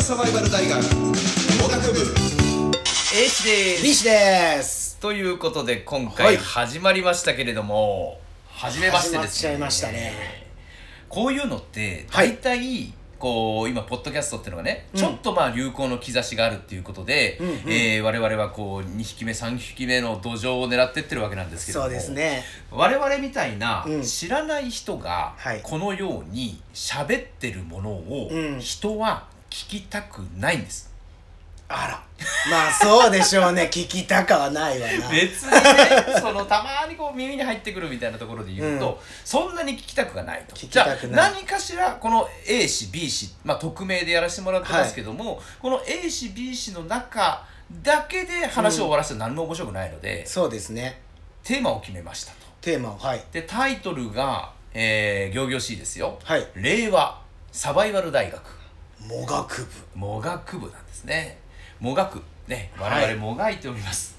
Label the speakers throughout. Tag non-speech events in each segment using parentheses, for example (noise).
Speaker 1: サバイバル大学工学部
Speaker 2: H です
Speaker 3: リシです
Speaker 2: ということで今
Speaker 3: は
Speaker 2: 回
Speaker 3: い
Speaker 2: 始まりましたけれども、初めましてです
Speaker 3: 始まっちゃいましたね
Speaker 2: こういうのって
Speaker 3: はい
Speaker 2: 大体こう今ポッドキャストっていうのがね、
Speaker 3: うん
Speaker 2: ちょっとまあ流行の兆しがあるっていうことで、
Speaker 3: うんうん
Speaker 2: えー我々はこう2匹目3匹目の土壌を狙ってってるわけなんですけれど
Speaker 3: そ
Speaker 2: も
Speaker 3: うですね
Speaker 2: 我々みたいな
Speaker 3: うん
Speaker 2: 知らない人が
Speaker 3: はい
Speaker 2: このように喋ってるものを
Speaker 3: うん
Speaker 2: 人は聞きたくないんです。
Speaker 3: あらまあそうでしょうね (laughs) 聞きたかはないわな
Speaker 2: 別にねそのたまにこう耳に入ってくるみたいなところで言うと、
Speaker 3: うん
Speaker 2: そんなに聞きたくがないと
Speaker 3: 聞きたくない
Speaker 2: じゃあ何かしらこの A 氏 B 氏、まあ、匿名でやらせてもらってますけども、この A 氏 B 氏の中だけで話を終わらせて何も面白くないので、
Speaker 3: そうですね
Speaker 2: テーマを決めましたと
Speaker 3: テーマをはい
Speaker 2: でタイトルが、えー、行々しいですよ
Speaker 3: はい
Speaker 2: 令和サバイバル大学
Speaker 3: もがく部
Speaker 2: もがく部なんですねもがくね
Speaker 3: はい
Speaker 2: 我々もがいております、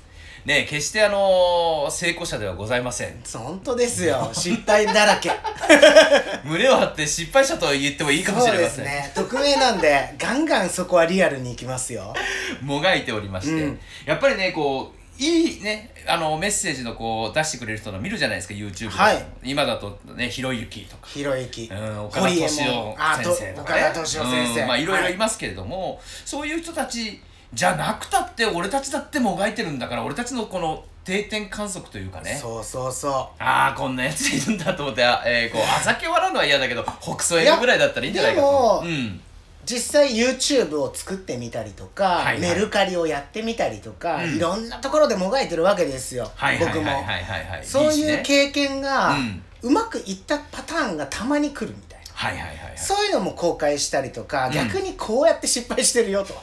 Speaker 2: ね決してあのー成功者ではございません
Speaker 3: 本当ですよ失敗だ
Speaker 2: (laughs)
Speaker 3: らけ
Speaker 2: 胸を張って失敗者と言ってもいいかもし
Speaker 3: そう
Speaker 2: れま
Speaker 3: です
Speaker 2: せん、
Speaker 3: ね匿名なんでガンガンそこはリアルに行きますよ
Speaker 2: もがいておりまして、
Speaker 3: うん
Speaker 2: やっぱりねこういいねあのメッセージのこう出してくれる人の見るじゃないですか YouTube で、
Speaker 3: はい
Speaker 2: 今だとねひろゆきとか。
Speaker 3: ひろゆき
Speaker 2: うん、岡田敏夫
Speaker 3: あと
Speaker 2: 先生と
Speaker 3: 岡
Speaker 2: か、
Speaker 3: 田
Speaker 2: ね、
Speaker 3: 敏夫先生
Speaker 2: うんまあいろいろい
Speaker 3: は
Speaker 2: ますけれども、そういう人たちじゃなくたって俺たちだってもがいてるんだから俺たちのこの定点観測というかね
Speaker 3: そうそうそ
Speaker 2: ああこんなやついるんだと思って、あえーこうあざけ笑うのは嫌だけど北総英語ぐらいだったらいいんじゃないかと思う
Speaker 3: いや
Speaker 2: うん、
Speaker 3: う実際 YouTube を作ってみたりとか、
Speaker 2: はいはい
Speaker 3: メルカリをやってみたりとか、
Speaker 2: うん
Speaker 3: いろんなところでもがいてるわけですよ、
Speaker 2: はいはいはい
Speaker 3: 僕も、
Speaker 2: はいはいはい
Speaker 3: そう
Speaker 2: し
Speaker 3: い
Speaker 2: ね
Speaker 3: う経験が
Speaker 2: うん
Speaker 3: うまくいったパターンがたまに来るみたいな、
Speaker 2: はいはいはいはい
Speaker 3: そういうのも公開したりとか、
Speaker 2: ん
Speaker 3: 逆にこうやって失敗して
Speaker 2: (laughs)
Speaker 3: るよと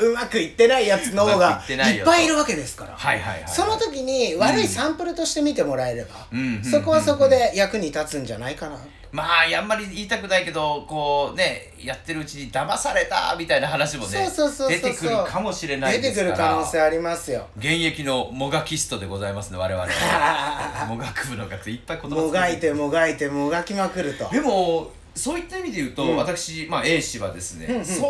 Speaker 3: うまくいってないやつの方
Speaker 2: うま
Speaker 3: が
Speaker 2: くいってない
Speaker 3: い
Speaker 2: よ
Speaker 3: っ
Speaker 2: と
Speaker 3: ぱいいるわけですから、
Speaker 2: はいはいはい
Speaker 3: その時に悪いサンプルとして見てもらえれば、
Speaker 2: うん
Speaker 3: そこはそこで役に立つんじゃないかな、
Speaker 2: まああんまり言いたくないけどこうねやってるうちに騙されたみたいな話もね
Speaker 3: そうそうそうそう
Speaker 2: 出
Speaker 3: そう
Speaker 2: てくるかもしれない
Speaker 3: 出
Speaker 2: で
Speaker 3: て
Speaker 2: すから
Speaker 3: くる可能性ありま
Speaker 2: (laughs)
Speaker 3: すよ
Speaker 2: 現役のもがきストでございますね我々 (laughs) はもがく部の学生いっぱい言葉
Speaker 3: もがいてもがいてもがきまくると
Speaker 2: でもそういった意味で言うと、
Speaker 3: うん
Speaker 2: 私、まあ、A 氏はですね、
Speaker 3: うんうん
Speaker 2: そん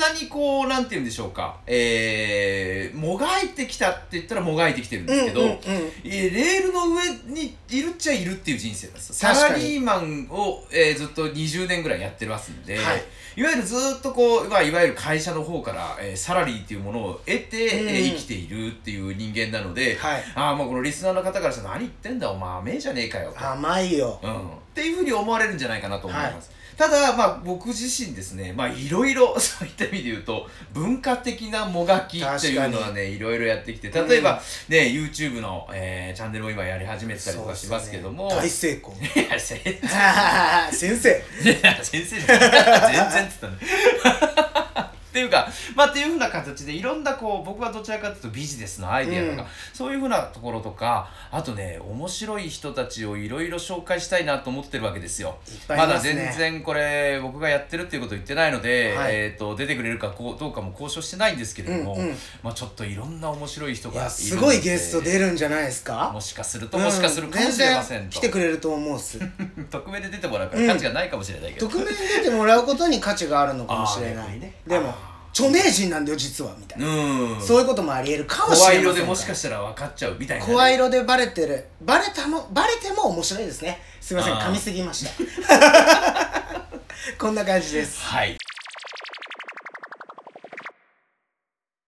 Speaker 2: なにこうなんて言うんでしょうか、えー、もがいてきたって言ったらもがいてきてるんですけど、
Speaker 3: うんうんうん
Speaker 2: えーレールの上にいるっちゃいるっていう人生なんですサ
Speaker 3: 確かに
Speaker 2: ラリーマンを、えーずっと20年ぐらいやってますんで、
Speaker 3: はい
Speaker 2: い、わゆるずっとこう、まあ、いわゆる会社の方から、えーサラリーっていうものを得て、えー
Speaker 3: う
Speaker 2: 生
Speaker 3: ん
Speaker 2: きているっていう人間なので、
Speaker 3: はい
Speaker 2: ああもうこのリスナーの方からしたら何言ってんだお前甘えじゃねえかよと。
Speaker 3: 甘いよ
Speaker 2: うんっていうふうに思われるんじゃないかなと思います、ただまあ僕自身ですねまあいろいろ (laughs) そういった意味で言うと文化的なもがきっていうのは
Speaker 3: 確
Speaker 2: ねいろいろやってきて例えば、ね YouTube の、えーチャンネルも今やり始めてたりとかしますけども、
Speaker 3: そうですね大成功 (laughs)
Speaker 2: いや先生
Speaker 3: あー先生
Speaker 2: いや先生じゃない全然って言 (laughs) ったねっていうかまあっていうふうな形でいろんなこう僕はどちらかというとビジネスのアイディアとか、
Speaker 3: うん
Speaker 2: そういうふうなところとかあとね面白い人たちをいろいろ紹介したいなと思ってるわけですよ
Speaker 3: いっぱいい
Speaker 2: だ
Speaker 3: ますね
Speaker 2: 全然これ僕がやってるっていうこと言ってないので、
Speaker 3: はい
Speaker 2: えー、と出てくれるかこうどうかも交渉してないんですけれども、
Speaker 3: うんうん
Speaker 2: まあ、ちょっといろんな面白い人
Speaker 3: い
Speaker 2: がいる
Speaker 3: や
Speaker 2: のです
Speaker 3: ごいゲスト出るんじゃないですか
Speaker 2: もしかするともしかするかもしれませ
Speaker 3: うん全然
Speaker 2: と、
Speaker 3: 来てくれると思うっす
Speaker 2: 匿名で出てもらうから価値がないかもしれないけど、
Speaker 3: 匿名に出てもらうことに価値があるのかもしれ
Speaker 2: あー
Speaker 3: な
Speaker 2: 逆に
Speaker 3: い
Speaker 2: ね
Speaker 3: でも著名人なんだよ実はみたいな、
Speaker 2: うん
Speaker 3: そういうこともありえるかもし
Speaker 2: 声
Speaker 3: れま
Speaker 2: 色
Speaker 3: せ
Speaker 2: で
Speaker 3: ん
Speaker 2: もしか
Speaker 3: し
Speaker 2: したら分かっちゃうみたいなね、
Speaker 3: 声色でバレてるバレたもバレても面白いですねすいません
Speaker 2: あー
Speaker 3: 噛みすぎました (laughs) こんな感じです
Speaker 2: はい